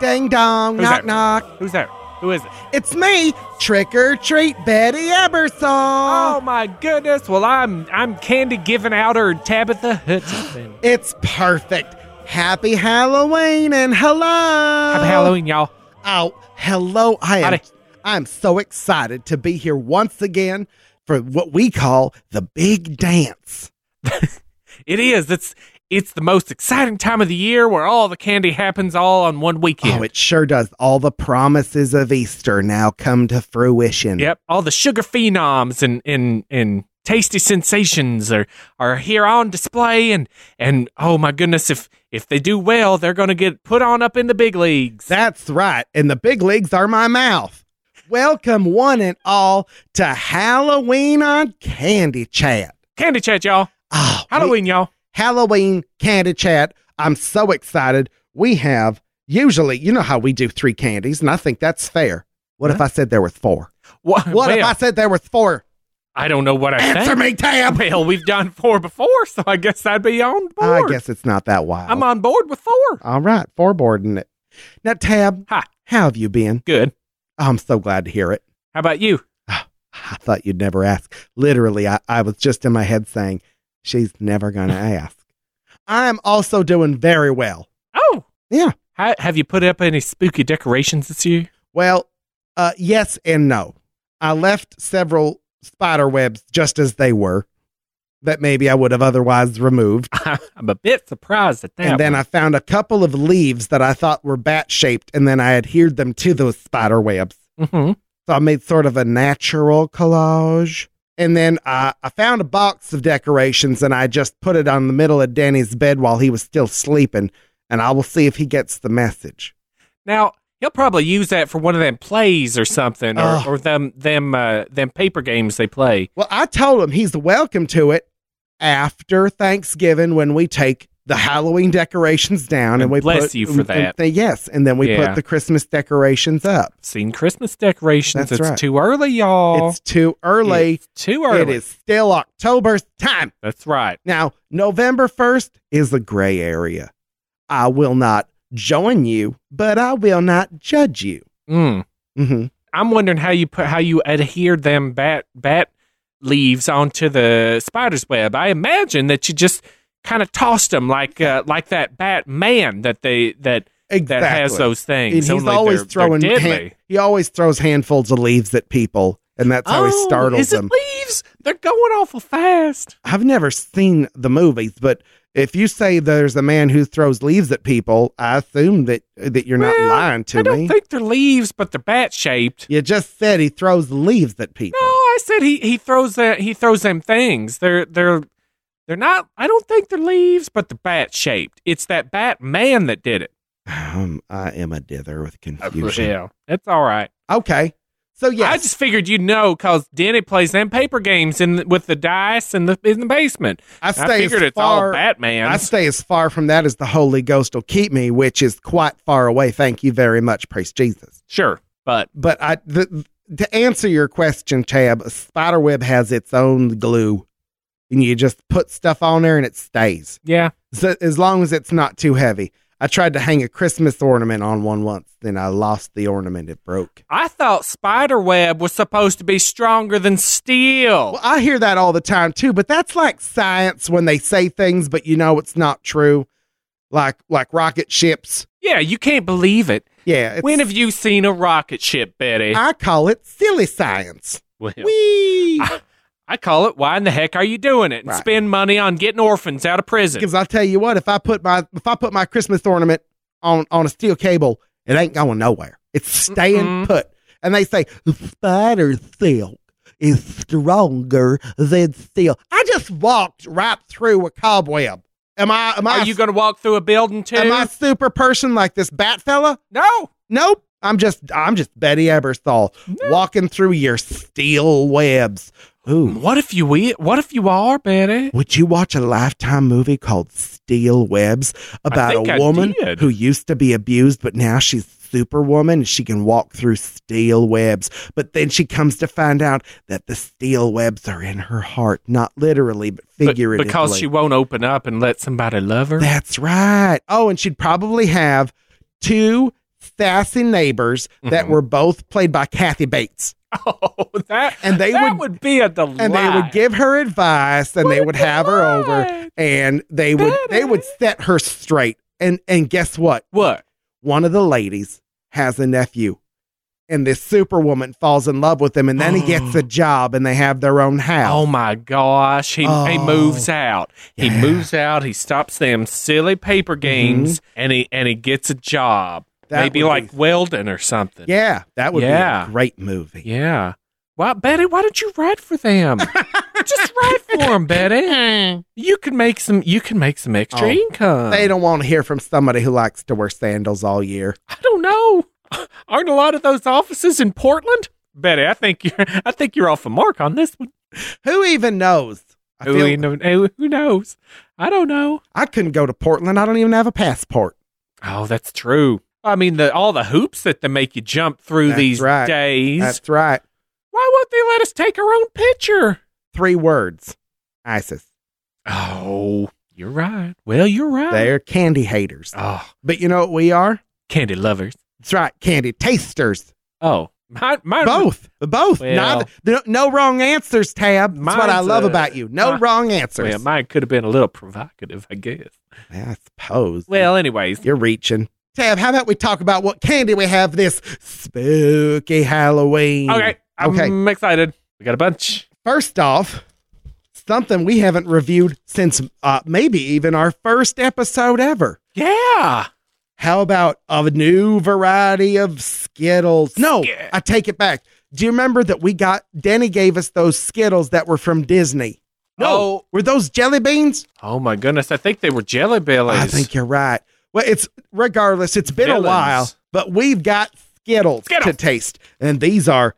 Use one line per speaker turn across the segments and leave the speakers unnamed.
Ding dong,
Who's
knock
there?
knock.
Who's there? Who is it?
It's me, trick or treat Betty Ebersol.
Oh my goodness! Well, I'm I'm candy giving out or Tabitha Hutchinson.
It's perfect. Happy Halloween and hello.
Happy Halloween, y'all.
Oh, hello. I am,
Howdy.
I'm so excited to be here once again for what we call the big dance.
It is. It's it's the most exciting time of the year where all the candy happens all on one weekend.
Oh, it sure does. All the promises of Easter now come to fruition.
Yep, all the sugar phenoms and and and tasty sensations are are here on display and and oh my goodness if if they do well they're going to get put on up in the big leagues.
That's right. And the big leagues are my mouth. Welcome, one and all, to Halloween on Candy Chat.
candy chat y'all.
Oh, we-
Halloween y'all.
Halloween Candy Chat. I'm so excited. We have usually, you know how we do three candies, and I think that's fair. What if I said there was four?
What,
What if I said there was four?
I don't know what I
Answer
think.
me, Tab.
Well, we've done four before, so I guess I'd be on
I
board.
guess it's not that wild.
I'm on board with four.
All right, four boarding it. Now, Tab,
Hi.
how have you been?
Good.
I'm so glad to hear it.
How about you?
I thought you'd never ask. Literally, I, I was just in my head saying, she's never going to ask. I'm also doing very well.
Oh,
Yeah.
How, have you put up any spooky decorations this year?
Well, uh, yes and no. I left several spider webs just as they were that maybe I would have otherwise removed.
I'm a bit surprised at that.
and then
one.
I found a couple of leaves that I thought were bat shaped, and then I adhered them to those spider webs.
Mhm.
So I made sort of a natural collage. And then uh, I found a box of decorations and I just put it on the middle of Danny's bed while he was still sleeping. And I will see if he gets the message.
now he'll probably use that for one of them plays or something, or,
Ugh.
or them them uh, them paper games they play.
Well, I told him he's welcome to it after Thanksgiving when we take the Halloween decorations down and,
And
we
bless
put,
you for
and- and
that.
th- yes, and then we
Yeah.
put the Christmas decorations up.
Seen Christmas decorations?
That's
it's
right.
too early, y'all.
It's too early.
It's too early.
It is still October's time.
That's right.
Now, November 1st is a gray area. I will not join you, but I will not judge you.
Mm.
hmm
I'm wondering how you put how you adhered them bat bat leaves onto the spider's web. I imagine that you just kind of tossed them like uh, like that bat man that they that that
Exactly.
has those
And
things.
he's
only
always
they're-
throwing
they're
hand-
deadly.
he always throws handfuls of leaves at people, and that's how he
Oh,
startles
is it
them.
leaves? They're going awful fast.
I've never seen the movies, but if you say there's a man who throws leaves at people, I assume that that you're
Well,
not lying to
I don't
me.
think they're leaves, but they're bat shaped.
you just said he throws leaves at people.
No, I said he he throws that he throws them things. They're they're they're not. I don't think they're leaves, but they're bat shaped. It's that bat man that did it.
Um, I am a dither with confusion.
Uh, Yeah, Oh, that's all right.
Okay, so yes,
I just figured you know because Denny plays them paper games in the, with the dice in the in the basement.
I
I,
stay as
figured it's all
far, I
Batman.
stay as far from that as the Holy Ghost will keep me, which is quite far away. Thank you very much, praise Jesus.
Sure, but
But I, the, to answer your question, Tab, a spider web has its own glue, and you just put stuff on there and it stays.
yeah,
So as long as it's not too heavy. I tried to hang a Christmas ornament on one once, then I lost the ornament. It broke.
I thought spider web was supposed to be stronger than steel.
Well, I hear that all the time too, but that's like science when they say things, but you know it's not true. Like like rocket ships.
Yeah, you can't believe it.
Yeah. it's-
When have you seen a rocket ship, Betty?
I call it silly science.
well,
Whee!
I call it. Why in the heck are you doing it? And
Right.
spend money on getting orphans out of prison.
Because I'll tell you what, if I put my if I put my Christmas ornament on on a steel cable, it ain't going nowhere. It's staying
Mm-mm.
put. And they say spider silk is stronger than steel. I just walked right through a cobweb. Am I am I
Are you going to walk through a building too?
am I a super person like this bat fella?
no.
Nope. I'm just I'm just Betty Ebersol walking through your steel webs, Ooh.
What if you eat? What if you are, Betty?
Would you watch a lifetime movie called Steel Webs about
think
a
I
woman
did.
who used to be abused, but now she's superwoman and she can walk through steel webs? But then she comes to find out that the steel webs are in her heart, not literally, but
Be-
figuratively.
because she won't open up and let somebody love her.
That's right. Oh, and she'd probably have two sassy neighbors that
Mhm.
were both played by Kathy Bates.
oh, that
And they
that
would
would, be a delight.
and they would give her advice and they would have her over and they would they would set her straight. And and guess what?
what?
One of the ladies has a nephew. And this superwoman falls in love with him and then he gets a job and they have their own
Oh
house.
my gosh, he he
Oh.
moves out. He
Yeah. Mm-hmm.
moves out. He stops them silly paper games, and he and he gets a job,
That
maybe
would
like
be-
welding or something.
Yeah, that would
Yeah.
be a great movie.
yeah. Well, Betty, why don't you write for them? Just write for them, Betty. You can make some. You can make some extra
Oh,
income.
They don't want to hear from somebody who likes to wear sandals all year.
I don't know. Aren't a lot of those offices in Portland? Betty, I think you're. I think you're off the mark on this one.
Who even knows? I,
Who,
feel,
even- who who knows? I don't know.
I couldn't go to Portland. I don't even have a passport.
Oh, that's true. I mean, the, all the hoops that they make you jump through
That's
these
right.
days.
That's right.
Why won't they let us take our own picture?
Three words ISIS.
Oh, you're right. Well, you're right.
They're candy haters.
Oh,
But you know what we are?
candy lovers.
That's right. Candy tasters.
Oh, my, my,
Both. Both.
Well-
Neither- no, no wrong answers, Tab. That's what I
Mine's
love
a-
about you. No
my-
wrong answers.
Well, mine could have been a little provocative, I guess.
I suppose.
Well, anyways,
You're reaching. Tab, how about we talk about what candy we have this spooky Halloween?
okay, I'm excited. We got a bunch.
First off, something we haven't reviewed since uh, maybe even our first episode ever.
Yeah.
How about a new variety of Skittles? No,
Skit.
I take it back. Do you remember that we got Danny gave us those Skittles that were from Disney? No,
Oh.
were those jelly beans?
Oh my goodness, I think they were jelly bellies.
I think you're right. Well, it's regardless, it's been
Villains.
a while, but we've got Skittles, to
Skittles.
taste, and these are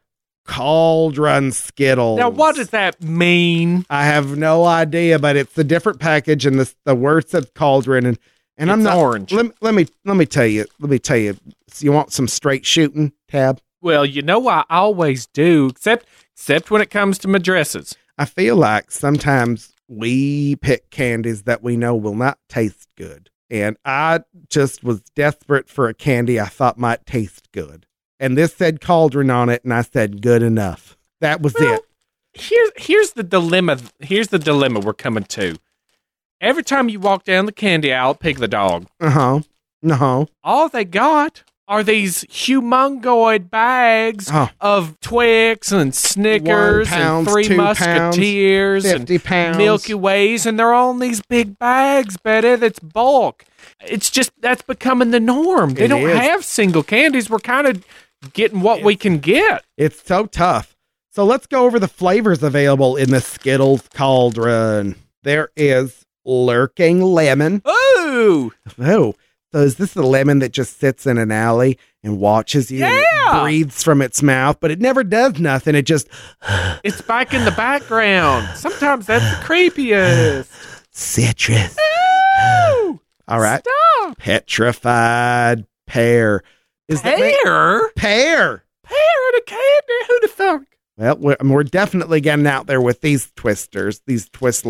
cauldron Skittles.
now, what does that mean?
I have no idea, but it's a different package, and the the words of cauldron, and and I'm
It's
not
orange.
Let, me- let me let me tell you. Let me tell you. So you want some straight shooting, Tab?
Well, you know I always do, except except when it comes to my dresses.
I feel like sometimes we pick candies that we know will not taste good, and I just was desperate for a candy I thought might taste good, and this said cauldron on it, and I said good enough. That was
Well,
it.
Here's here's the dilemma. Here's the dilemma we're coming to. Every time you walk down the candy aisle, at pig the dog.
Uh huh. No.
All they got are these humongoid bags
Oh.
of Twix and Snickers
pounds,
and Three
two pounds,
Musketeers and
Fifty pounds.
Milky Ways, and they're all in these big bags, Betty. That's bulk. It's just that's becoming the norm. They
It
don't
is.
have single candies. We're kind of getting what we can get.
It's so tough. So let's go over the flavors available in the Skittles cauldron. There is lurking lemon.
Ooh,
Oh, so is this the lemon that just sits in an alley and watches you? and
Yeah.
it breathes from its mouth, but it never does nothing. It just
it's back in the background. Sometimes that's the creepiest.
citrus.
Ooh,
All right.
Stop.
Petrified pear. Is
Pear,
that ma-
pear
pear?
and a candy. Who'd have thunk?
Well, we're, I mean, we're definitely getting out there with these twisters, these twist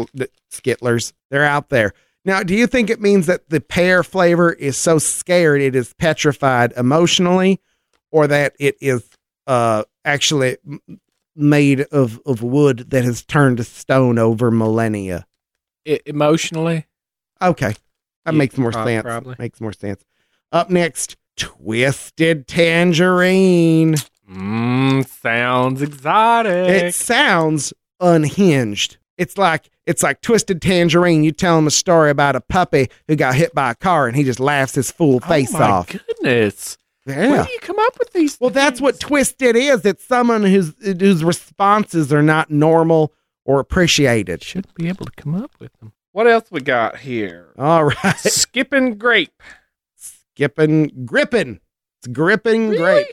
skittlers. They're out there. Now, do you think it means that the pear flavor is so scared it is petrified emotionally, or that it is uh, actually m- made of, of wood that has turned to stone over millennia?
E- emotionally,
Okay. That
Yeah,
makes more
prob-
sense.
probably.
Makes more sense. Up next, twisted tangerine.
mm, sounds exotic.
It sounds unhinged. It's like it's like twisted tangerine. You tell him a story about a puppy who got hit by a car and he just laughs his fool face
oh my
off.
Goodness, where
Yeah.
do you come up with these?
Well, that's what
things?
twisted is. It's someone whose whose responses are not normal or appreciated.
should be able to come up with them. Uh, What else we got here?
All right.
Skipping grape.
Skipping gripping. It's gripping grape.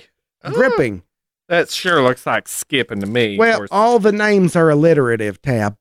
Really?
Gripping.
That sure looks like skipping to me.
Well,
Or-
all the names are alliterative, Tab.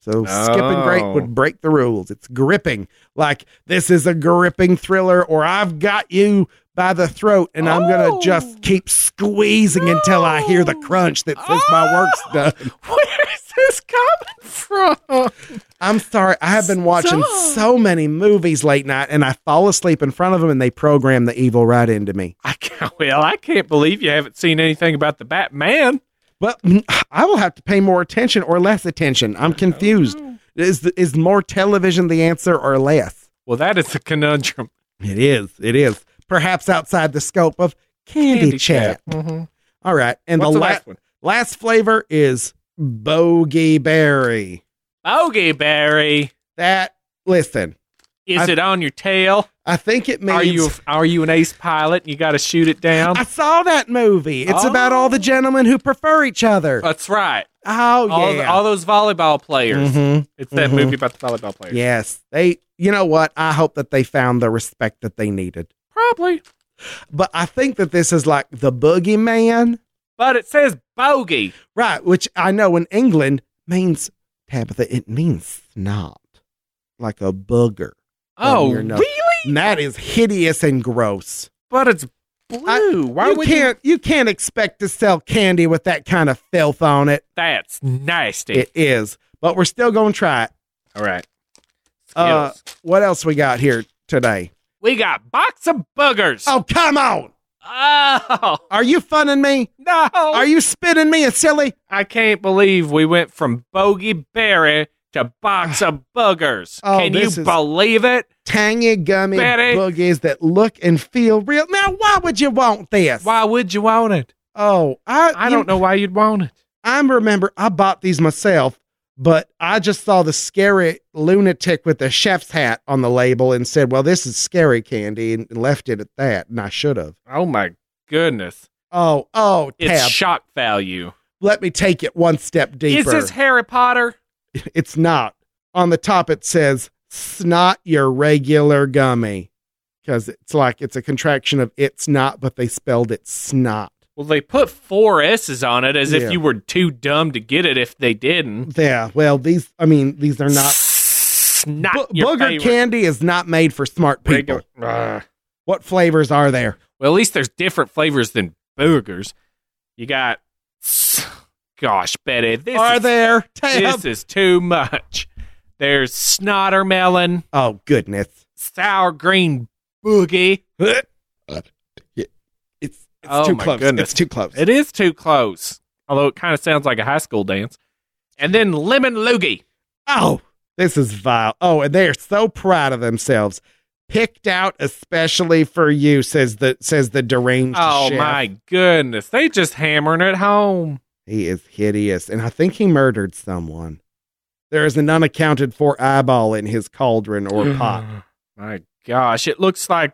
So skipping great
Oh.
would break the rules. It's gripping. Like this is a gripping thriller, or I've got you by the throat, and I'm
Oh.
gonna just keep squeezing until I hear the
No.
crunch that says my work's
Oh.
done.
where is this coming from?
I'm sorry, I have been watching
Stop.
so many movies late night, and I fall asleep in front of them, and they program the evil right into me.
I can't, well, I can't believe you haven't seen anything about the Batman.
But mm, I will have to pay more attention or less attention. I'm confused.
Oh.
Is is more television the answer or less?
Well, that is a conundrum.
It is. It is. Perhaps outside the scope of candy, chat.
Mhm.
All right. And
What's
the,
the
la-
last one?
last flavor is bogey berry.
Bogeyberry.
That listen,
Is
I-
it on your tail?
I think it means
Are you are you an ace pilot? and You got to shoot it down.
I saw that movie. It's
Oh.
about all the gentlemen who prefer each other.
That's right.
oh
all,
yeah.
all those volleyball players.
Mhm.
It's that
Mhm.
movie about the volleyball players.
Yes. They you know what? I hope that they found the respect that they needed.
Probably.
But I think that this is like the boogeyman.
But it says bogey.
Right, which I know in England means Tabitha, it means snot. Like a booger.
Oh,
you're not-
really?
And that is hideous and gross.
But it's blue. Why
you
would you?
can't you... can't expect to sell candy with that kind of filth on it.
That's nasty.
It is. But we're still gonna try it.
All right.
Uh,
Skittles.
What else we got here today?
we got box of boogers.
Oh come on!
Oh,
Are you funning me?
no!
Are you spitting me a silly?
I can't believe we went from bogey berry to box of boogers.
Oh,
Can you
this is-
believe it?
Tangy gummy
Betty.
boogies that look and feel real. Now why would you want this?
Why would you want it?
Oh, I
I
you
don't know why you'd want it.
I remember I bought these myself, but I just saw the scary lunatic with the chef's hat on the label and said, "Well, this is scary candy," and left it at that. And I should have.
Oh my goodness!
Oh, oh,
It's
tab.
shock value.
Let me take it one step
Is
deeper.
this Harry Potter?
it's not. On the top, it says "snot your regular gummy," because it's like it's a contraction of "it's not," but they spelled it "snot."
Well, they put four S's on it as
Yeah.
if you were too dumb to get it if they didn't.
Yeah. Well, these. I mean, these are not.
not
Bo-
your
booger
favorite.
candy is not made for smart people. Ah.
Regular- Ugh.
What flavors are there?
Well, at least there's different flavors than burgers. You got, gosh, Betty, this
are
is,
there? Tab?
this is too much. There's snotter melon,
oh goodness!
sour green boogie.
it's it's
Oh,
too
my
close.
goodness.
It's too close.
It is too close, although it kind of sounds like a high school dance. And then lemon loogie.
oh, this is vile. Oh, and they are so proud of themselves. Picked out especially for you, says the says the deranged
Oh
chef.
my goodness, they just hammering it home.
He is hideous, and I think he murdered someone. There is an unaccounted for eyeball in his cauldron or pot.
My gosh, it looks like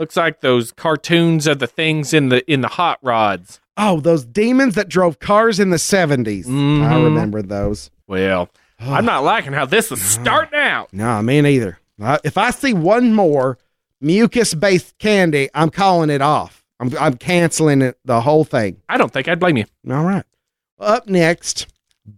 looks like those cartoons of the things in the in the hot rods.
Oh, those demons that drove cars in the 70s. I
Mhm.
remember those. Oh,
Well, I'm not liking how this is starting out.
No, me neither. I- If I see one more mucus based candy, I'm calling it off. I'm, I'm canceling it, the whole thing.
I don't think I'd blame you.
All right. Up next,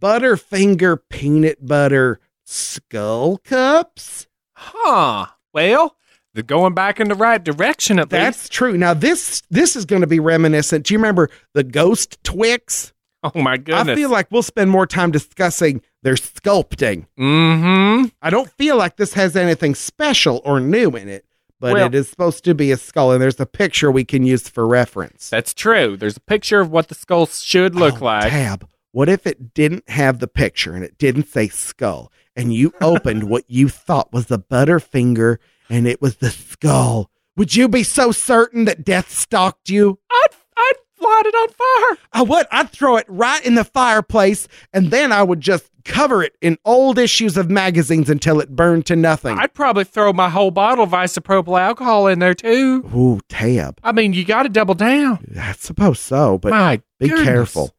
Butterfinger peanut butter skull cups.
Huh. Well, they're going back in the right direction at least.
That's true. Now this this is going to be reminiscent. Do you remember the ghost Twix?
Oh my
I
goodness.
feel like we'll spend more time discussing their sculpting.
mm-hmm.
I don't feel like this has anything special or new in it, but
Well-
it is supposed to be a skull, and there's a picture we can use for reference.
That's true. There's a picture of what the skull should look
Oh,
like.
Tab, what if it didn't have the picture and it didn't say skull, and you opened what you thought was the butterfinger and it was the skull? Would you be so certain that death stalked you?
I'd I'd light it on fire.
I would. I'd throw it right in the fireplace, and then I would just cover it in old issues of magazines until it burned to nothing.
I'd probably throw my whole bottle of isopropyl alcohol in there too.
Ooh, Tab.
I mean, you got to double down.
I suppose so, but
my
be
goodness.
careful.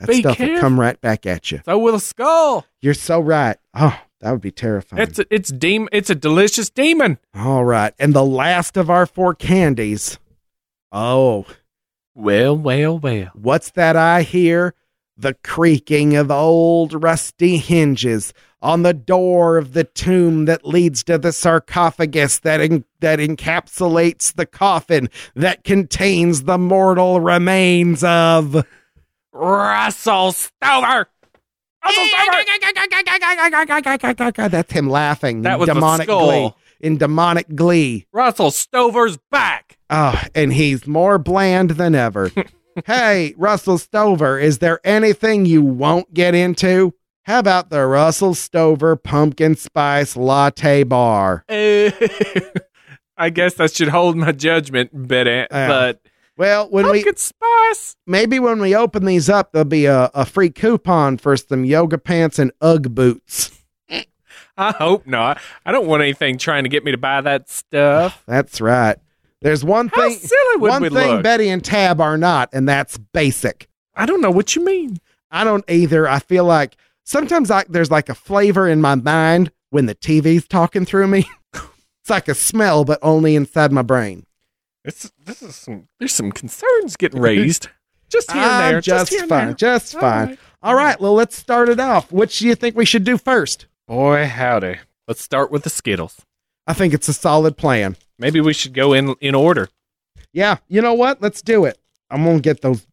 That
Be
stuff will
careful.
come right back at you.
So will a skull.
You're so right. Oh, that would be terrifying.
It's a, it's demon. It's a delicious demon.
All right. And the last of our four candies. Oh,
Well, well, well.
What's that I hear? The creaking of old rusty hinges on the door of the tomb that leads to the sarcophagus that en- that encapsulates the coffin that contains the mortal remains of
Russell Stover. Russell Stover.
That's him laughing.
That was the
demonic
skull.
glee. In demonic glee.
Russell Stover's back.
Oh, and he's more bland than ever. hey, Russell Stover, is there anything you won't get into? How about the Russell Stover pumpkin spice latte bar?
Eh, I guess I should hold my judgment, but uh,
Yeah.
but
Well, when we
pumpkin spice.
maybe when we open these up, there'll be a, a free coupon for some yoga pants and UGG boots.
I hope not. I don't want anything trying to get me to buy that stuff.
That's right. There's one
How
thing
silly would
one
we
thing
look?
Betty and Tab are not, and that's basic.
I don't know what you mean.
I don't either. I feel like sometimes I, there's like a flavor in my mind when the TV's talking through me. it's like a smell, but only inside my brain.
It's this is some. There's some concerns getting raised. Just here
I'm
and there.
just,
here and
fine.
there.
Just
All
fine.
right.
All right. Well, let's start it off. Which do you think we should do first?
Boy, howdy. Let's start with the Skittles.
I think it's a solid plan.
Maybe we should go in in order.
Yeah. You know what? Let's do it. I'm gonna get those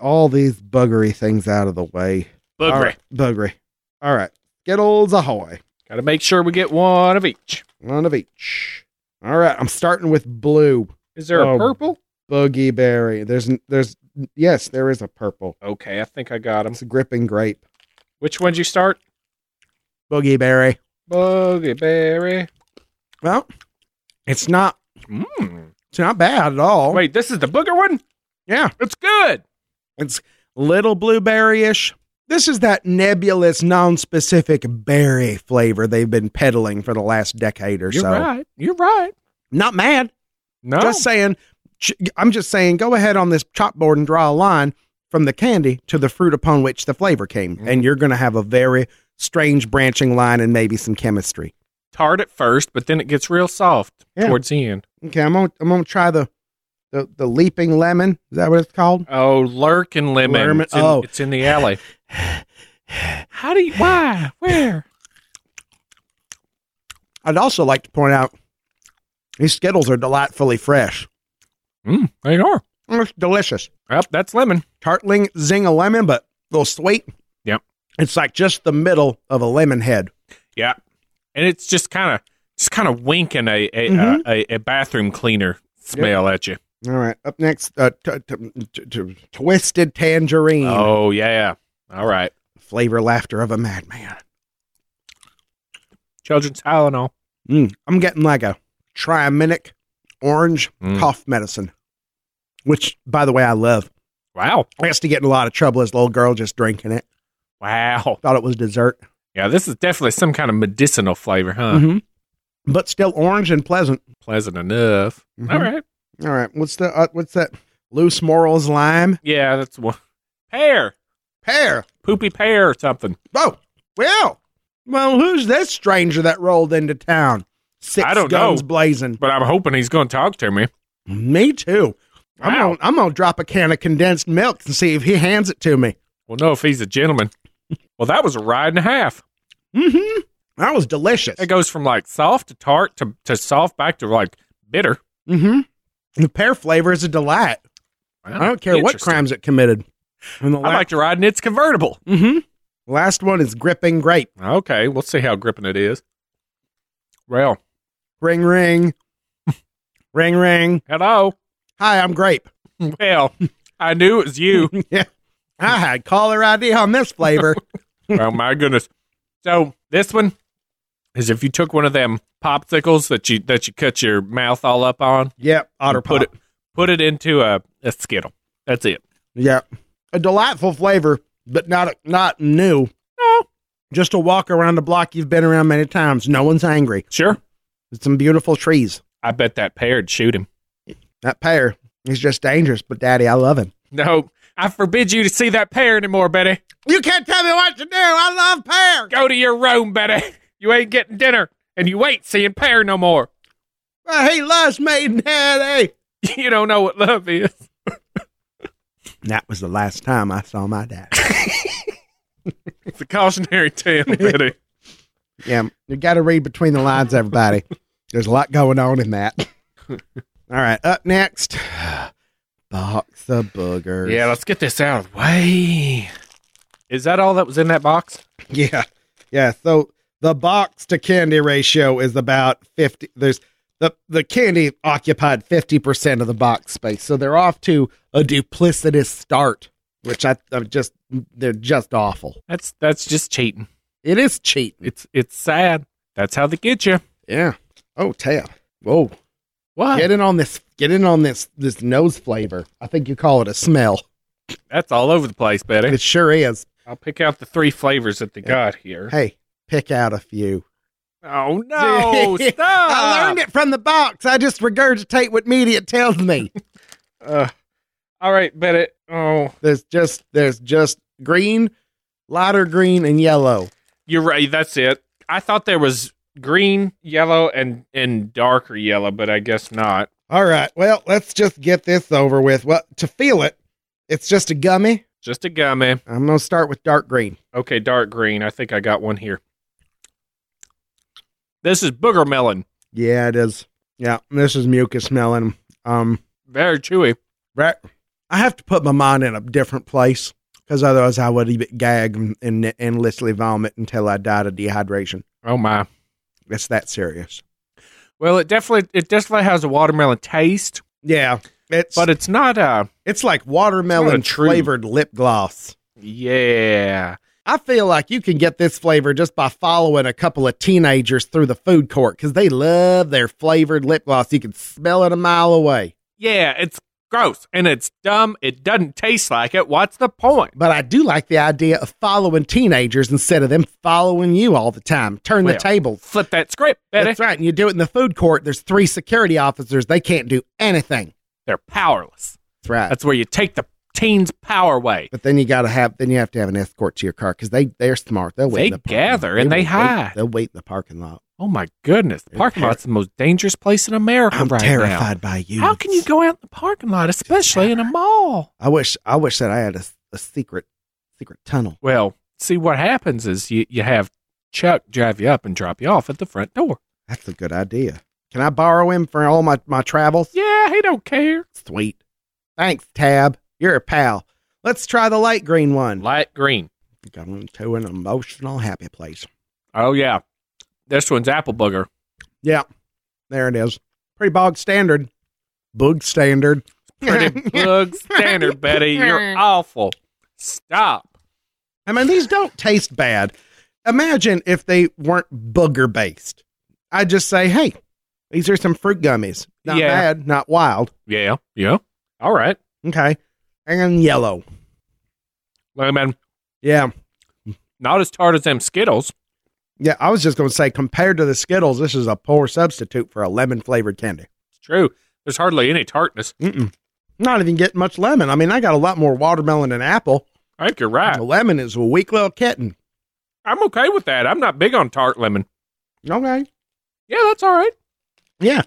all these buggery things out of the way.
Boogery.
All right, buggery. All right. Skittles ahoy.
Got to make sure we get one of each.
One of each. All right. I'm starting with blue.
Is there a
Oh.
purple?
Boogie berry. There's there's yes, there is a purple.
Okay, I think I got them.
It's a gripping grape.
Which one'd you start?
Boogie berry.
Boogie berry.
Well, it's not
Mm.
it's not bad at all.
Wait, this is the booger one?
Yeah.
It's good.
It's little blueberry-ish. This is that nebulous, non-specific berry flavor they've been peddling for the last decade or
You're
so.
right. You're right.
Not mad.
No.
Just saying. ch- I'm just saying. Go ahead on this chalkboard and draw a line from the candy to the fruit upon which the flavor came,
Mm.
and you're going to have a very strange branching line and maybe some chemistry.
Tart at first, but then it gets real soft
Yeah.
towards the end.
Okay, I'm gonna I'm gonna try the the, the leaping lemon. Is that what it's called?
Oh, lurkin' lemon.
Lerman-
It's, in,
oh.
it's in the alley. How do you? Why? Where?
I'd also like to point out these Skittles are delightfully fresh.
Mm, they are.
Mm, It's delicious.
Yep, that's lemon.
Tartling zing a lemon, but a little sweet.
Yep.
It's like just the middle of a lemon head.
Yeah, and it's just kind of just kind of winking a a, uh,
Mhm.
a a bathroom cleaner smell at you.
All right. Up next, uh, t- t- t- t- twisted tangerine.
Oh yeah. All right.
Flavor laughter of a madman.
Children's Tylenol.
Mm, I'm getting like a triaminic orange
Mm.
cough medicine, which, by the way, I love.
Wow.
I used to get in a lot of trouble as a little girl just drinking it.
Wow.
Thought it was dessert.
Yeah, this is definitely some kind of medicinal flavor, huh?
Mhm. But still orange and pleasant.
Pleasant enough.
Mhm.
All right.
All right. What's the uh, what's that? Loose morals lime
Yeah, that's one. Pear.
pear.
Poopy pear or something.
Oh well, well, who's this stranger that rolled into town? Six
I don't
guns
know.
blazing.
But I'm hoping he's going to talk to me.
Me too. I'm
Wow.
gonna I'm gonna drop a can of condensed milk and see if he hands it to me.
We'll know if he's a gentleman. well, that was a ride and a half.
Mm-hmm. That was delicious.
It goes from like soft to tart to, to soft back to like bitter.
Mm-hmm. The pear flavor is a delight. I don't care what
Interesting.
crimes it committed. And the
I like to ride in its convertible.
Mm-hmm. Last one is gripping grape.
Okay, we'll see how gripping it is. Well,
Ring ring. ring ring.
hello.
Hi, I'm grape.
Well, I knew it was you.
yeah.
Hmm.
I had caller ID on this flavor.
oh my goodness. So this one is if you took one of them popsicles that you that you cut your mouth all up on,
yep. Otter
put
pop.
it put it into a, a skittle. That's it.
Yep. A delightful flavor, but not not new.
No.
Just a walk around the block you've been around many times. No one's angry.
Sure.
It's some beautiful trees.
I bet that pear'd shoot him.
That pear is just dangerous, but Daddy, I love him.
No, I forbid you to see that pear anymore, Betty.
You can't tell me what to do. I love pear.
Go to your room, Betty. You ain't getting dinner, and you ain't seeing pear no more.
Well, he loves me, Daddy.
You don't know what love is.
And that was the last time I saw my dad.
It's a cautionary tale, Betty.
yeah, you got to read between the lines, everybody. There's a lot going on in that. All right, up next, box of boogers.
yeah, let's get this out of the way. Is that all that was in that box?
Yeah. Yeah. So the box to candy ratio is about 50. There's the, the candy occupied 50% of the box space. So they're off to a duplicitous start, which I, I'm just, they're just awful.
That's that's just cheating.
It is cheating.
It's it's sad. That's how they get you.
Yeah. Ah. Oh, tail. Whoa.
What?
Get in on this, get in on this, this nose flavor. I think you call it a smell.
That's all over the place, Betty.
It sure is.
I'll pick out the three flavors that they got here.
Hey, pick out a few.
Oh no!
Dude,
Stop!
I learned it from the box. I just regurgitate what media tells me.
Uh, all right, Betty. Oh,
There's just there's just green, lighter green, and yellow.
you're right. That's it. I thought there was green, yellow, and and darker yellow, but I guess not.
All right. Well, let's just get this over with. Well, to feel it, it's just a gummy.
Just a gummy.
I'm gonna start with dark green.
Okay, dark green. I think I got one here. This is booger melon.
Yeah, it is. Yeah, this is mucus smelling. Um,
Very chewy.
right. I have to put my mind in a different place because otherwise I would even gag and, and endlessly vomit until I died of dehydration.
Oh my.
It's that serious.
Well, it definitely it definitely has a watermelon taste,
Yeah, it's
but it's not uh
it's like watermelon
true-
flavored lip gloss.
yeah.
I feel like you can get this flavor just by following a couple of teenagers through the food court because they love their flavored lip gloss. You can smell it a mile away.
Yeah, it's gross and it's dumb. It doesn't taste like it. What's the point?
But I do like the idea of following teenagers instead of them following you all the time. Turn the
Well,
tables.
Flip that script, Betty.
That's right. And you do it in the food court. There's three security officers. They can't do anything.
They're powerless.
That's right.
That's where you take the teens' power away.
but then you gotta have then you have to have an escort to your car because they they're smart. They'll wait.
They
in the parking lot.
gather and they
will wait-
hide.
They'll wait in the parking lot.
Oh my goodness, the
They're
parking
terri-
lot's the most dangerous place in America
I'm
right
terrified by you.
now. How can you go out in the parking lot, especially in a mall?
I wish I wish that I had a, a secret secret tunnel.
Well, see what happens is you, you have Chuck drive you up and drop you off at the front door.
That's a good idea. Can I borrow him for all my, my travels?
Yeah, he don't care.
Sweet. Thanks, Tab. You're a pal. Let's try the light green one.
Light green.
Going to an emotional happy place.
Oh yeah. This one's apple booger.
Yeah. There it is. Pretty bog standard. Boog standard.
Pretty bug standard, Betty. You're awful. Stop.
I mean, these don't taste bad. Imagine if they weren't booger based. I'd just say, hey, these are some fruit gummies. Not
Yeah.
bad, not wild.
Yeah. Yeah. All right.
Okay. And yellow.
Lemon.
Yeah.
Not as tart as them Skittles.
Yeah, I was just going to say, compared to the Skittles, this is a poor substitute for a lemon flavored candy.
It's true. There's hardly any tartness.
Mm-mm. Not even getting much lemon. I mean, I got a lot more watermelon and apple.
I think you're right.
The lemon is a weak little kitten.
I'm okay with that. I'm not big on tart lemon.
Okay.
Yeah, that's all right.
Yeah.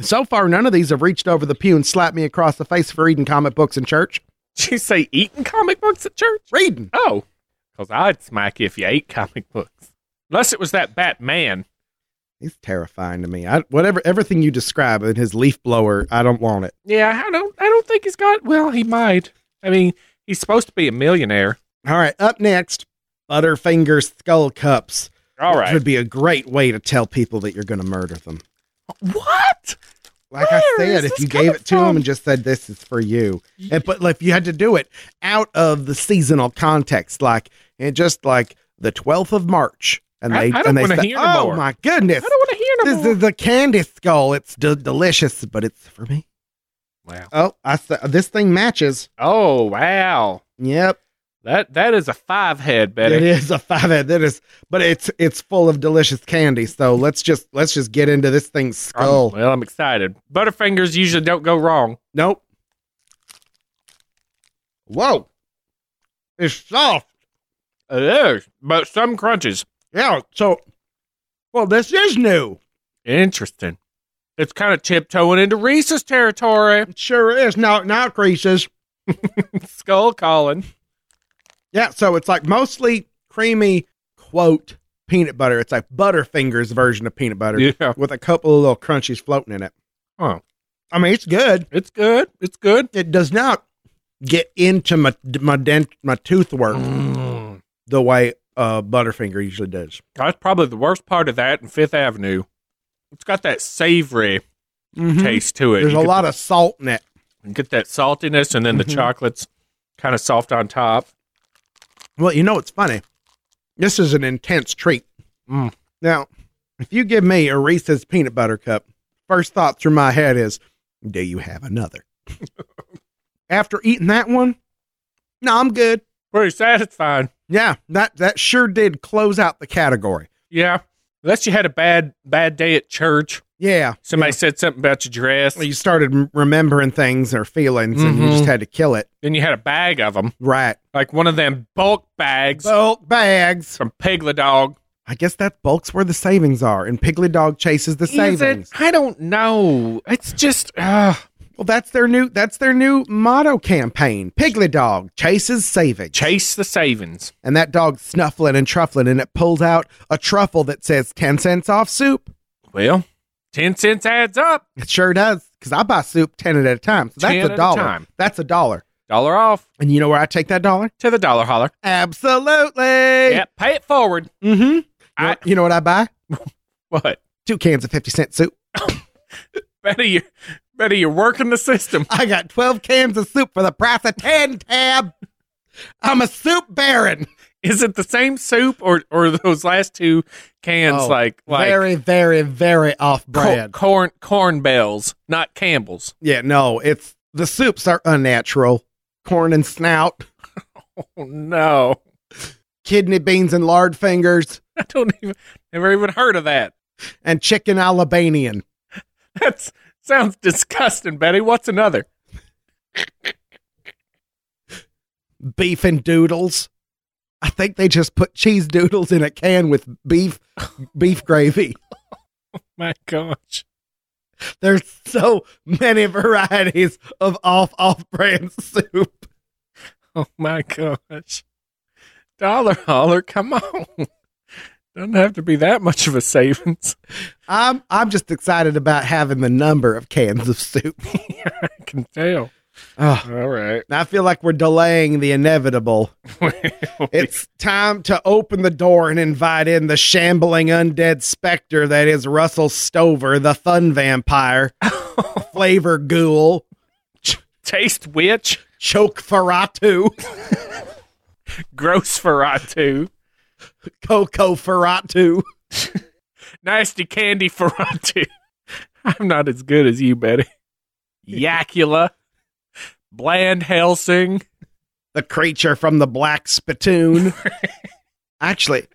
So far, none of these have reached over the pew and slapped me across the face for reading comic books in church.
Did you say eating comic books at church?
Reading.
Oh, because I'd smack you if you ate comic books. Unless it was that Batman.
He's terrifying to me. I, whatever, everything you describe in his leaf blower, I don't want it.
Yeah, I don't. I don't think he's got. Well, he might. I mean, he's supposed to be a millionaire.
All right. Up next, Butterfinger Skull Cups.
All
Which would be a great way to tell people that you're going to murder them.
What?
like I
Where
said,
is
if
this
you
coming
gave it to him
from?
and just said this is for you,
Y-
and, but like, if you had to do it out of the seasonal context, like and just like the twelfth of March, and
I-
they
I don't
and they
wanna
said,
hear no
"Oh
more.
my
I
goodness,
don't want to hear no
this
more.
is the candy skull. It's d- delicious, but it's for me."
wow.
Oh, I s- this thing matches.
Oh wow.
Yep,
That that is a five head, Betty.
it is a five. That is, but it's it's full of delicious candy. So let's just let's just get into this thing's
I'm-
skull.
well, I'm excited. Butterfingers usually don't go wrong.
Nope. Whoa. It's soft.
It is, but some crunches.
Yeah. So, well, this is new.
Interesting. It's kind of tiptoeing into Reese's territory.
It sure is. Now, now, creases.
Skull calling.
Yeah, so it's like mostly creamy, quote, peanut butter. It's like Butterfingers version of peanut butter
Yeah.
with a couple of little crunchies floating in it.
Oh.
I mean, it's good.
It's good. It's good.
It does not get into my my dent my tooth work
Mm.
the way uh, Butterfinger usually does.
That's probably the worst part of that in Fifth Avenue. It's got that savory taste to it.
There's
You
a
get-
lot of salt in it.
you get that saltiness, and then the
Mhm.
chocolate's kind of soft on top.
Well, you know what's funny? This is an intense treat.
Mm.
Now, if you give me a Reese's peanut butter cup, first thought through my head is, do you have another? After eating that one, no, I'm good.
Pretty satisfying.
Yeah, that that sure did close out the category.
Yeah. Unless you had a bad bad day at church.
Yeah,
Somebody said something about your dress.
you started m- remembering things or feelings, and you
Mhm.
just had to kill it.
Then you had a bag of them,
Right,
like one of them bulk bags
bulk bags.
from Pigla Dog.
I guess that bulk's where the savings are, and Piggly Dog chases the
Is
savings.
it? I don't know. It's just uh,
Well, that's their new that's their new motto campaign. Pigly dog chases savings,
chase the savings.
and that dog's snuffling and truffling, and it pulls out a truffle that says ten cents off soup.
Well, ten cents adds up.
It sure does, because I buy soup ten at a time. So that's
10 at
a
a
dollar.
time.
That's a dollar.
Dollar off
And you know where I take that dollar?
to the dollar holler.
Absolutely.
Yeah, pay it forward.
Mm-hmm. You know,
I-
what- you know what I buy?
What?
Two cans of fifty cent soup.
Better you, better you're working the system.
I got twelve cans of soup for the price of ten tab. I'm a soup baron.
Is it the same soup or or those last two cans
Oh,
like like
very, very, very off
co-
brand.
corn corn bells, not Campbell's?
Yeah, no, it's the soups are unnatural. Corn and snout,
Oh no,
kidney beans and lard fingers,
I don't even never even heard of that.
and chicken Albanian.
That sounds disgusting, Betty. What's another?
Beef and doodles. I think they just put cheese doodles in a can with beef beef gravy.
My gosh,
There's so many varieties of off off brand soup.
oh my gosh, dollar holler, come on. Doesn't have to be that much of a savings.
I'm I'm just excited about having the number of cans of soup.
I can tell.
Ugh.
All right.
And I feel like we're delaying the inevitable. It's time to open the door and invite in the shambling undead specter that is Russell Stover, the fun vampire, flavor ghoul,
Taste witch,
choke ferratu,
gross ferratu,
coco ferratu.
nasty candy ferratu. I'm not as good as you, Betty. Yakula, bland Helsing.
the creature from the black spittoon. Actually,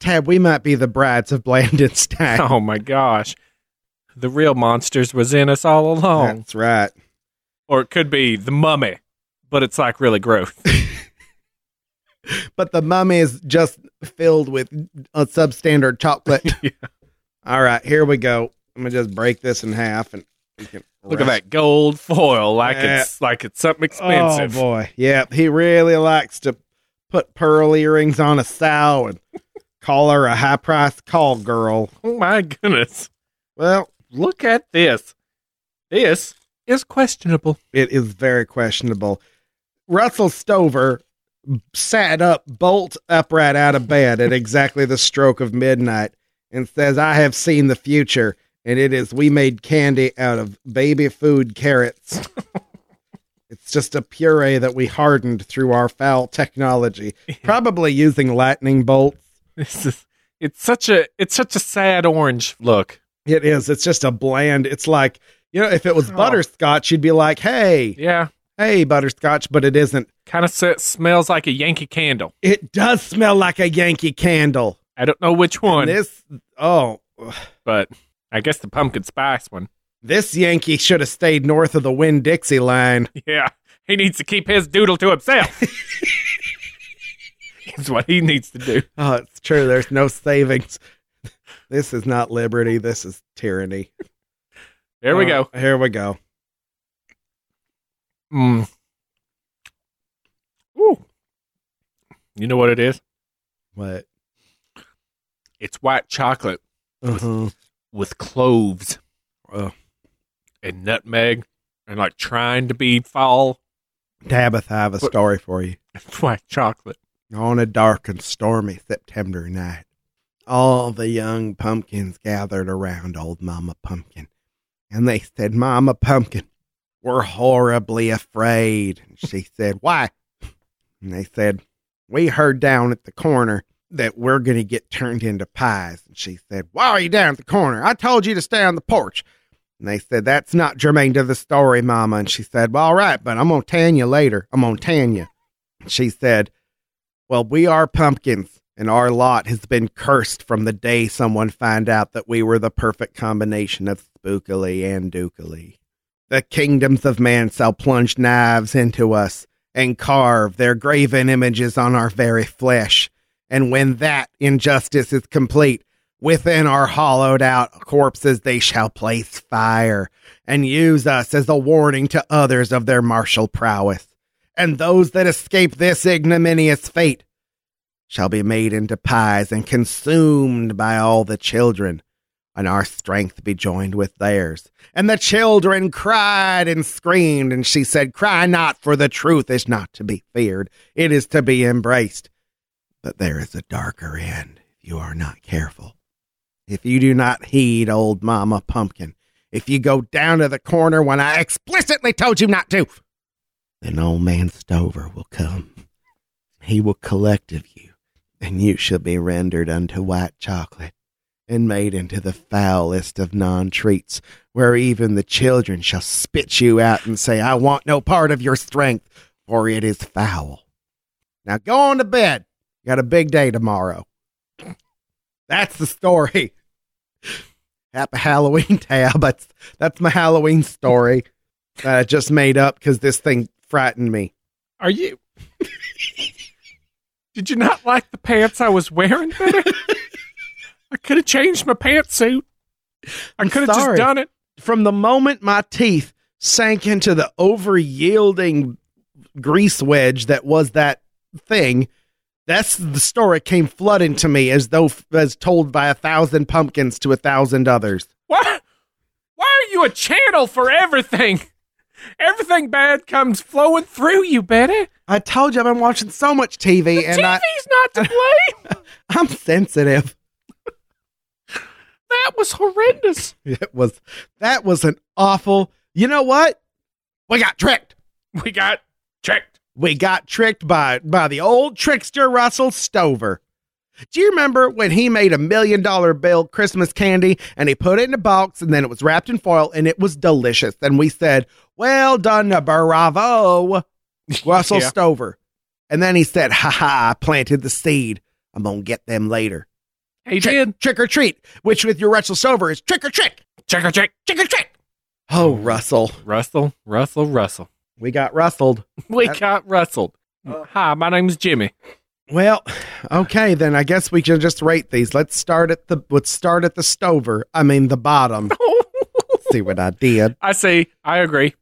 Tab, we might be the brides of Blandenstein.
Oh my gosh, the real monsters was in us all along.
That's right.
or it could be the mummy, but it's like really gross.
But the mummy is just filled with a substandard chocolate.
Yeah.
All right, here we go. I'm gonna just break this in half and we can
Look at that gold foil, like
Yeah.
it's like it's something expensive.
Oh boy, yeah, he really likes to put pearl earrings on a sow and call her a high price call girl.
Oh my goodness!
Well,
Look at this. This is questionable.
it is very questionable. Russell Stover sat up, bolt upright out of bed at exactly the stroke of midnight, and says, "I have seen the future." And it is we made candy out of baby food carrots. It's just a puree that we hardened through our foul technology, probably using lightning bolts.
This is it's such a it's such a sad orange look.
It is. It's just a bland. It's like, you know, if it was
Oh.
butterscotch, you'd be like, hey,
Yeah,
hey, butterscotch, but it isn't.
kind of smells like a Yankee candle.
It does smell like a Yankee candle.
I don't know which one,
And this, oh,
but I guess the pumpkin spice one.
this Yankee should have stayed north of the Winn Dixie line.
Yeah, he needs to keep his doodle to himself. That's what he needs to do.
Oh, it's true. There's no savings. This is not liberty. This is tyranny.
There we
Uh,
go.
Here we go.
Mm. You know what it is?
What?
It's white chocolate
Uh-huh.
with cloves
Ugh.
and nutmeg and like trying to be fall
Tabitha, I have a
What-
story for you.
white chocolate.
On a dark and stormy September night, all the young pumpkins gathered around old Mama Pumpkin, and they said, Mama Pumpkin, we're horribly afraid. And she said, Why? And they said, We heard down at the corner that we're going to get turned into pies. And she said, Why are you down at the corner? I told you to stay on the porch. And they said, That's not germane to the story, Mama. And she said, Well, all right, but I'm going to tan you later. I'm going to tan you. And she said, well, we are pumpkins, and our lot has been cursed from the day someone found out that we were the perfect combination of spookily and dookily. The kingdoms of man shall plunge knives into us and carve their graven images on our very flesh. And when that injustice is complete, within our hollowed out corpses they shall place fire and use us as a warning to others of their martial prowess and those that escape this ignominious fate shall be made into pies and consumed by all the children, and our strength be joined with theirs. And the children cried and screamed, and she said, Cry not, for the truth is not to be feared, it is to be embraced. But there is a darker end if you are not careful. If you do not heed old Mama Pumpkin, if you go down to the corner when I explicitly told you not to, then old man Stover will come. He will collect of you, and you shall be rendered unto white chocolate, and made into the foulest of non treats, where even the children shall spit you out and say, I want no part of your strength, for it is foul. Now go on to bed. You got a big day tomorrow. That's the story. Happy Halloween tab. That's that's my Halloween story that I just made up because this thing frightened me.
Are you? Did you not like the pants I was wearing better? I could have changed my pantsuit. I
I'm
could have just
sorry.
done it.
From the moment my teeth sank into the over yielding grease wedge that was that thing, that's the story came flooding to me as though as told by a thousand pumpkins to a thousand others.
Why? Why are you a channel for everything? Everything bad comes flowing through you, Betty.
I told you I've been watching so much TV and
TV's
I,
not to blame.
I'm sensitive.
that was horrendous.
It was that was an awful you know what? We got tricked.
We got tricked.
We got tricked by by the old trickster Russell Stover. Do you remember when he made a million dollar bill Christmas candy and he put it in a box and then it was wrapped in foil and it was delicious? And we said, Well done, bravo, Russell
Yeah.
Stover. And then he said, Ha ha, I planted the seed. I'm going to get them later.
He
Trick,
did.
trick or treat, which with your Russell Stover is trick or trick.
Check or check. Check or check.
Oh, Russell.
Russell, Russell, Russell.
We got rustled.
We
That- Uh.
got rustled. Hi, my name's Jimmy.
Well, okay then. I guess we can just rate these. Let's start at the let's start at the stover. I mean the bottom. See what I did?
I see. I agree.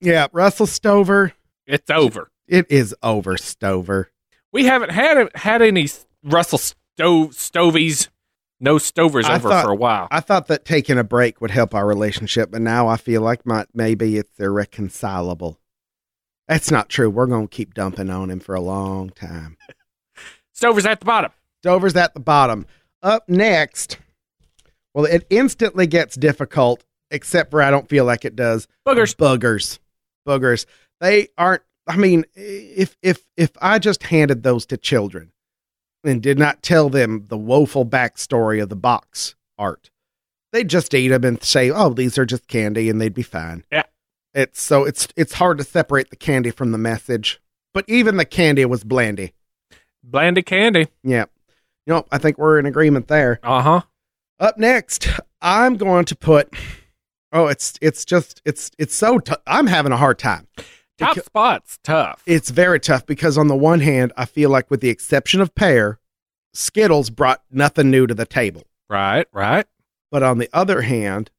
Yeah, Russell Stover.
It's over.
It is over Stover.
We haven't had had any Russell Stove Stovies, no Stovers
I
over
thought-
for a while.
I thought that taking a break would help our relationship, but now I feel like my, maybe it's irreconcilable. That's not true. We're gonna keep dumping on him for a long time.
Stover's at the bottom.
Stover's at the bottom. Up next, well, it instantly gets difficult, except for I don't feel like it does.
Boogers.
Boogers. Boogers. They aren't I mean, if if if I just handed those to children and did not tell them the woeful backstory of the box art, they'd just eat them and say, "Oh, these are just candy," and they'd be fine.
Yeah.
It's so it's it's hard to separate the candy from the message. But even the candy was blandy.
Blandy candy.
Yeah. You know, I think we're in agreement there.
Uh huh.
Up next, I'm going to put. Oh, it's it's just it's it's so t- I'm having a hard time.
Top
Becau-
spot's tough.
It's very tough because on the one hand, I feel like with the exception of pear, Skittles brought nothing new to the table.
right, right.
But on the other hand,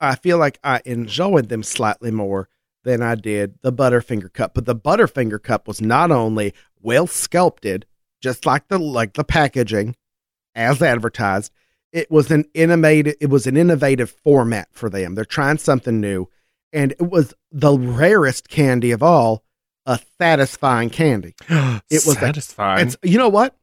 I feel like I enjoyed them slightly more than I did the Butterfinger cup. But the Butterfinger cup was not only well sculpted, just like the like the packaging as advertised. It was an innovative it was an innovative format for them. They're trying something new and it was the rarest candy of all, a satisfying candy.
it
was a-
satisfying.
It's you know what?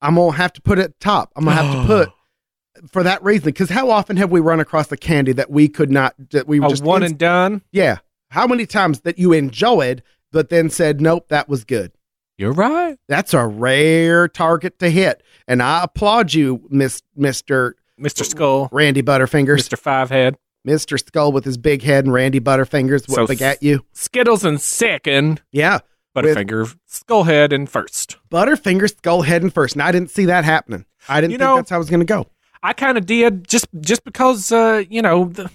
I'm gonna have to put it at the top. I'm gonna have to put for that reason because how often have we run across the candy that we could not that we
a
just
one
inst-
and done.
yeah. How many times that you enjoyed but then said nope that was good.
You're right,
That's a rare target to hit, and I applaud you, Miss Mister
Mister Skull,
Randy Butterfingers,
Mister Five Head,
Mister Skull with his big head and Randy Butterfingers
So
what they got you.
Skittles in second,
Yeah,
Butterfinger, Skullhead in first.
Butterfingers Skull head and first, and I didn't see that happening. I didn't
You
think
know-
that's how it was going to go.
I kind of did just just because uh, you know the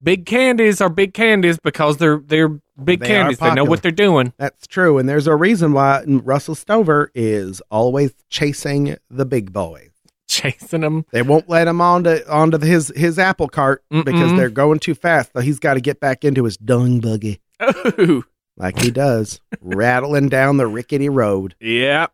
big candies are big candies because they're they're big
They are
candies. They know
popular.
what they're doing.
That's true, and there's a reason why Russell Stover is always chasing the big boys.
Chasing them.
They won't let him onto onto his his apple cart because
Mm-mm.
they're going too fast. So he's got to get back into his dung buggy
Oh
like he does, rattling down the rickety road.
yeah.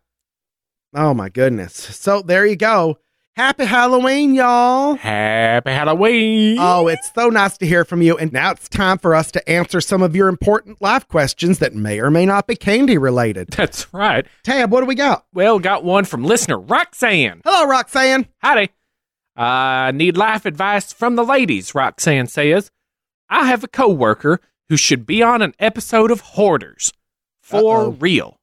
Oh my goodness! So there you go. Happy Halloween, y'all.
Happy Halloween.
Oh, it's so nice to hear from you. And now it's time for us to answer some of your important life questions that may or may not be candy related.
That's right.
Tab, what do we got?
Well, got one from listener Roxanne.
Hello, Roxanne.
Howdy. I need life advice from the ladies, Roxanne says. I have a coworker who should be on an episode of Hoarders. For
Uh-oh.
real.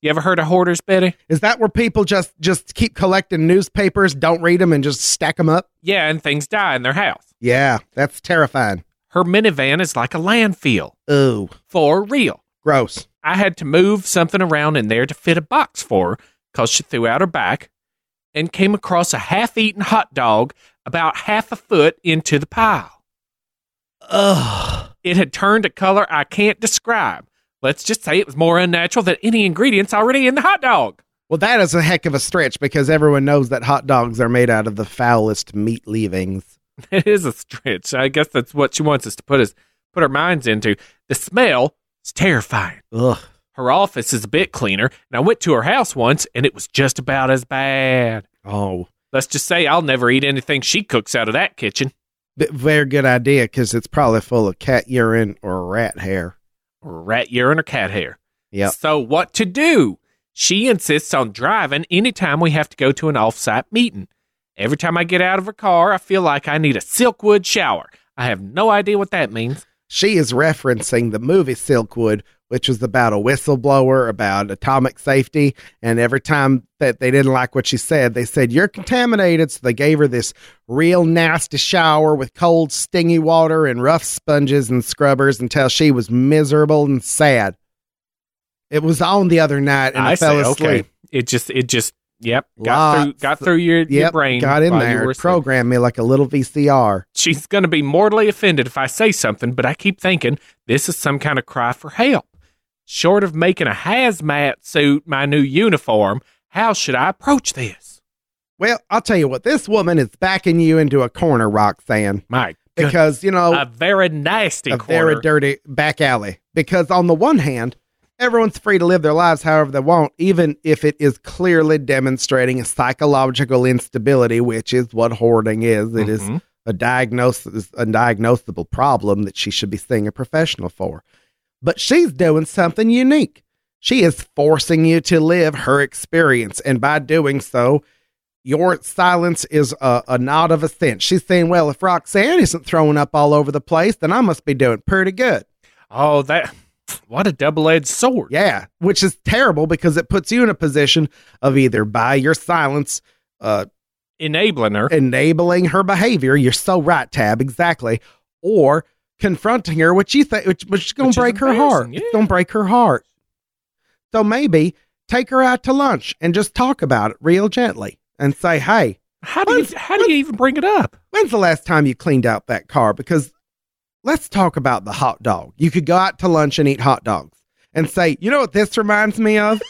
You ever heard of Hoarders, Betty?
Is that where people just just keep collecting newspapers, don't read them, and just stack them up?
Yeah, and things die in their house.
Yeah, that's terrifying.
Her minivan is like a landfill.
Ooh,
For real.
gross.
I had to move something around in there to fit a box for her because she threw out her back and came across a half eaten hot dog about half a foot into the pile.
Ugh.
It had turned a color I can't describe. Let's just say it was more unnatural than any ingredients already in the hot dog.
Well, that is a heck of a stretch because everyone knows that hot dogs are made out of the foulest meat leavings.
It is a stretch. I guess that's what she wants us to put us put our minds into. The smell is terrifying.
Ugh.
Her office is a bit cleaner, and I went to her house once and it was just about as bad.
Oh,
Let's just say I'll never eat anything she cooks out of that kitchen.
B- very good idea because it's probably full of cat urine or rat hair.
Rat urine or cat hair.
Yep.
So what to do? She insists on driving anytime we have to go to an offsite meeting. Every time I get out of her car, I feel like I need a silkwood shower. I have no idea what that means.
She is referencing the movie Silkwood, which was about a whistleblower about atomic safety. And every time that they didn't like what she said, they said, You're contaminated. So they gave her this real nasty shower with cold, stingy water and rough sponges and scrubbers until she was miserable and sad. It was on the other night and I,
say,
fell asleep.
It just, it just, yep, got through,
Lots.
got through your, your
Yep,
brain.
got in
while you
there,
were
it
asleep.
programmed me like a little VCR.
She's going to be mortally offended if I say something, but I keep thinking this is some kind of cry for help. Short of making a hazmat suit my new uniform, how should I approach this?
Well, I'll tell you what, this woman is backing you into a corner, Roxanne,
My God,
because, you know,
a very nasty
Oh. a
corner.
very dirty back alley. Because on the one hand, everyone's free to live their lives however they want, even if it is clearly demonstrating a psychological instability, which is what hoarding is. It is
Mhm.
a diagnosis, a diagnosable problem that she should be seeing a professional for. But she's doing something unique. She is forcing you to live her experience, and by doing so, your silence is a, a nod of assent. She's saying, "Well, if Roxanne isn't throwing up all over the place, then I must be doing pretty good."
Oh, that, what a double edged sword.
Yeah, which is terrible because it puts you in a position of either by your silence, uh,
Enabling her.
enabling her behavior. You're so right, Tab. Exactly. Or confronting her, which you think, which, which is going
Which
to
is
break her heart.
embarrassing,
It's
yeah.
going to break her heart. So maybe take her out to lunch and just talk about it real gently and say, "Hey,
How do you, how do you even bring it up?
when's the last time you cleaned out that car? Because let's talk about the hot dog. You could go out to lunch and eat hot dogs and say, you know what this reminds me of?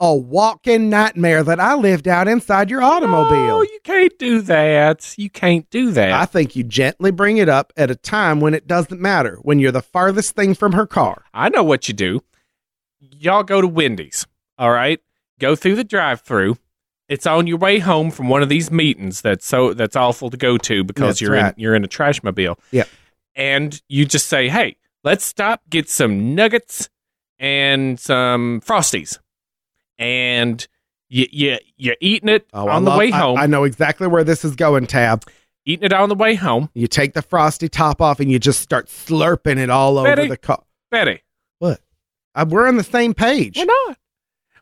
A walking nightmare that I lived out inside your
Oh,
automobile.
you can't do that. You can't do that.
I think you gently bring it up at a time when it doesn't matter, when you're the farthest thing from her car.
I know what you do. Y'all go to Wendy's, all right? go through the drive-through. It's on your way home from one of these meetings that's so that's awful to go to because
That's
you're in
right.
you're in a trash mobile.
Yep.
And you just say, "Hey, let's stop, get some nuggets and some frosties." And you you you're eating it
Oh, I
on the
love-
way
I-
home.
I know exactly where this is going, Tab.
eating it on the way home.
You take the frosty top off and you just start slurping it all
Betty?
over the car.
Betty,
Uh, we're on the same page.
We're not.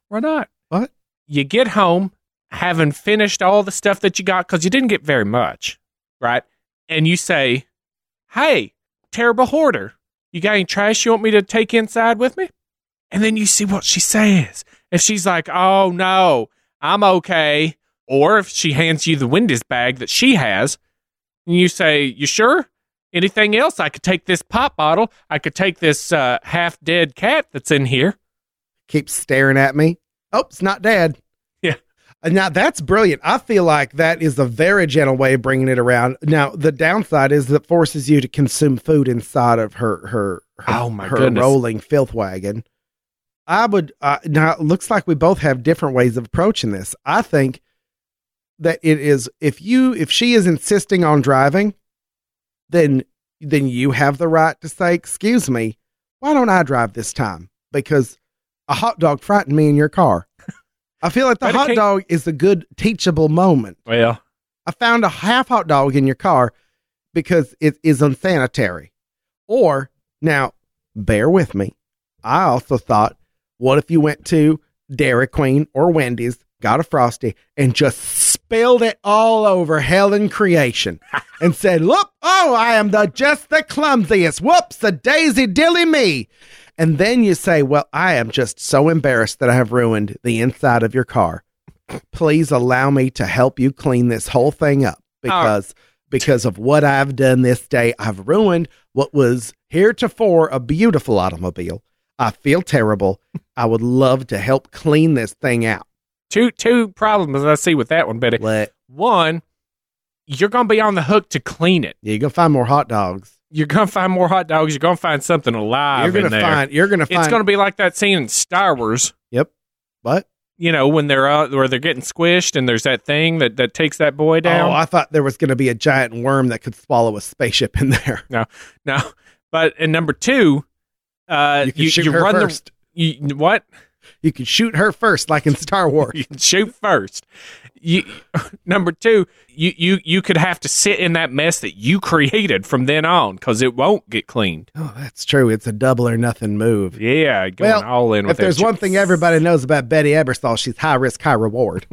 We're not.
What?
You get home, having finished all the stuff that you got, because you didn't get very much, right? And you say, Hey, terrible hoarder, you got any trash you want me to take inside with me? And then you see what she says. If she's like, Oh, no, I'm okay. Or if she hands you the Wendy's bag that she has, and you say, You sure? Anything else? I could take this pop bottle. I could take this uh, half dead cat that's in here.
Keeps staring at me. Oh, it's not dead.
Yeah.
Uh, Now that's brilliant. I feel like that is a very gentle way of bringing it around. Now the downside is that forces you to consume food inside of her her, her
Oh, my
her
goodness.
rolling filth wagon. I would uh, now it looks like we both have different ways of approaching this. I think that it is if you if she is insisting on driving, then then you have the right to say, "Excuse me, why don't I drive this time?" Because a hot dog frightened me in your car. I feel like the
But it
hot
can't-
dog is a good teachable moment.
Well,
I found a half hot dog in your car because it is unsanitary. Or now, bear with me. I also thought, what if you went to Dairy Queen or Wendy's, got a frosty, and just spilled it all over hell and creation, and said, "Look, oh, I am the just the clumsiest. Whoops, a daisy dilly me." And then you say, "Well, I am just so embarrassed that I have ruined the inside of your car." please allow me to help you clean this whole thing up because because of what I've done this day, I've ruined what was heretofore a beautiful automobile. I feel terrible. I would love to help clean this thing out.
two two problems I see with that one, Betty.
Let
One, you're gonna be on the hook to clean it.
you go find more hot dogs.
You're gonna find more hot dogs. You're gonna find something alive.
you're gonna
in there.
find. You're gonna
It's
find.
gonna be like that scene in Star Wars.
yep. What?
You know when they're out, where they're getting squished, and there's that thing that that takes that boy down.
Oh, I thought there was gonna be a giant worm that could swallow a spaceship in there.
no, but and number two, uh,
you can shoot her
run
first.
the you, what
You can shoot her first, like in Star Wars.
you can shoot first. You number two, you you you could have to sit in that mess that you created from then on because it won't get cleaned.
oh, that's true. It's a double or nothing move.
Yeah, going
Well,
all in. With
If there's
that
one
shit.
thing everybody knows about Betty Ebersol, she's high risk, high reward.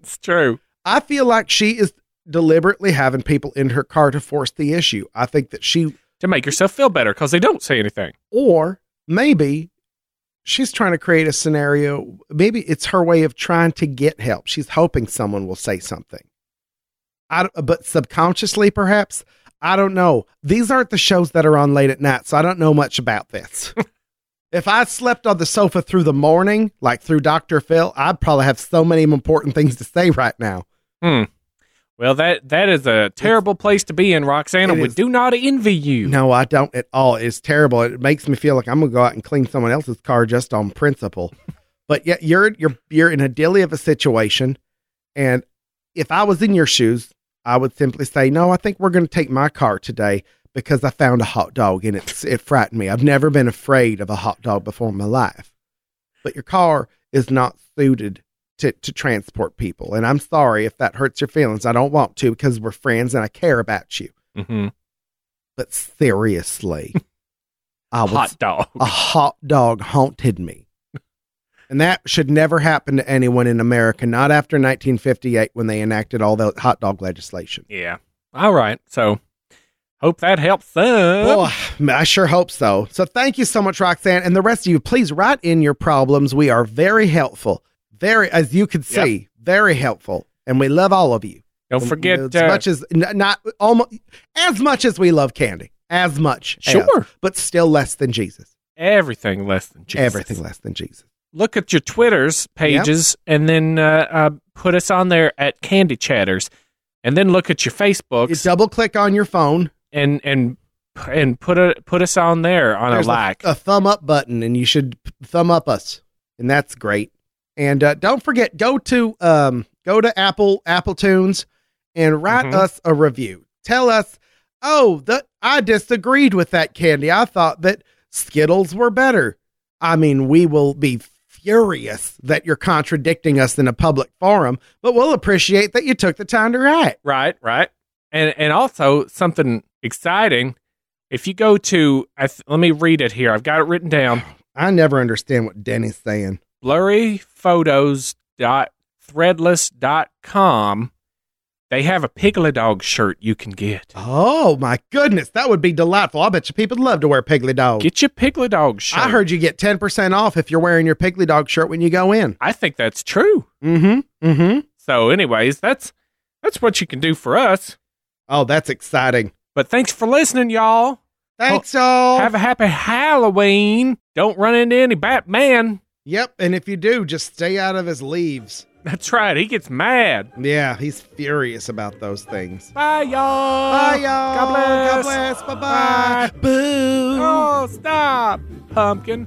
it's true.
I feel like she is deliberately having people in her car to force the issue. I think that she,
To make yourself feel better because they don't say anything.
or maybe she's trying to create a scenario. Maybe it's her way of trying to get help. She's hoping someone will say something. I, don't- but subconsciously, perhaps. I don't know. These aren't the shows that are on late at night, so I don't know much about this. if I slept on the sofa through the morning, like through Dr. Phil, I'd probably have so many important things to say right now.
Well, that that is a terrible place to be in, Roxana.
It
We
is.
do not envy you.
No, I don't at all. It's terrible. It makes me feel like I'm gonna go out and clean someone else's car just on principle. but yet you're you're you're in a dilly of a situation, and if I was in your shoes, I would simply say, no, I think we're gonna take my car today because I found a hot dog and it's it frightened me. I've never been afraid of a hot dog before in my life. But your car is not suited to, to transport people. And I'm sorry if that hurts your feelings. I don't want to because we're friends and I care about you
Mhm.
but seriously, I was
Hot dog.
a hot dog haunted me. And that should never happen to anyone in America, not after 1958 when they enacted all the hot dog legislation.
yeah. All right. So, hope that helps some.
Well, I sure hope so. So thank you so much, Roxanne. And the rest of you, please write in your problems. We are very helpful. Very, as you can see, very helpful. And we love all of you.
don't forget.
As
uh,
much as, n- not almost, as much as we love candy, as much. as,
sure.
but still less than Jesus.
Everything less than Jesus.
Everything less than Jesus.
Look at your Twitter's pages and then uh, uh, put us on there at Candy Chatters, and then look at your
You
Facebooks
double click on your phone.
and and and put a put us on there on
there's
a like.
a thumb up button, and you should p- thumb up us, and that's great. And uh, don't forget, go to um, go to Apple Apple Tunes and write
Mhm.
us a review. Tell us, oh, the, I disagreed with that candy. I thought that Skittles were better. I mean, we will be furious that you're contradicting us in a public forum, but we'll appreciate that you took the time to write.
Right, right. And and also something exciting. If you go to, I th- let me read it here. I've got it written down.
I never understand what Denny's saying.
blurryphotos.threadless.com. They have a Piglet Dog shirt you can get.
Oh my goodness, that would be delightful. I bet you people love to wear Piggly Dog.
Get your Piglet Dog shirt.
Oh. I heard you get 10% off if you're wearing your Piggly Dog shirt when you go in.
I think that's true.
Mm-hmm. Mm-hmm.
So, anyways, that's that's what you can do for us.
Oh, that's exciting.
But thanks for listening, y'all.
Thanks, y'all.
Have a happy Halloween. Don't run into any Batman.
yep, and if you do, just stay out of his leaves.
That's right. He gets mad.
Yeah, he's furious about those things.
Bye, y'all.
Bye, y'all.
Oh, God bless.
God bless. Bye-bye. Boo.
Oh, stop, pumpkin.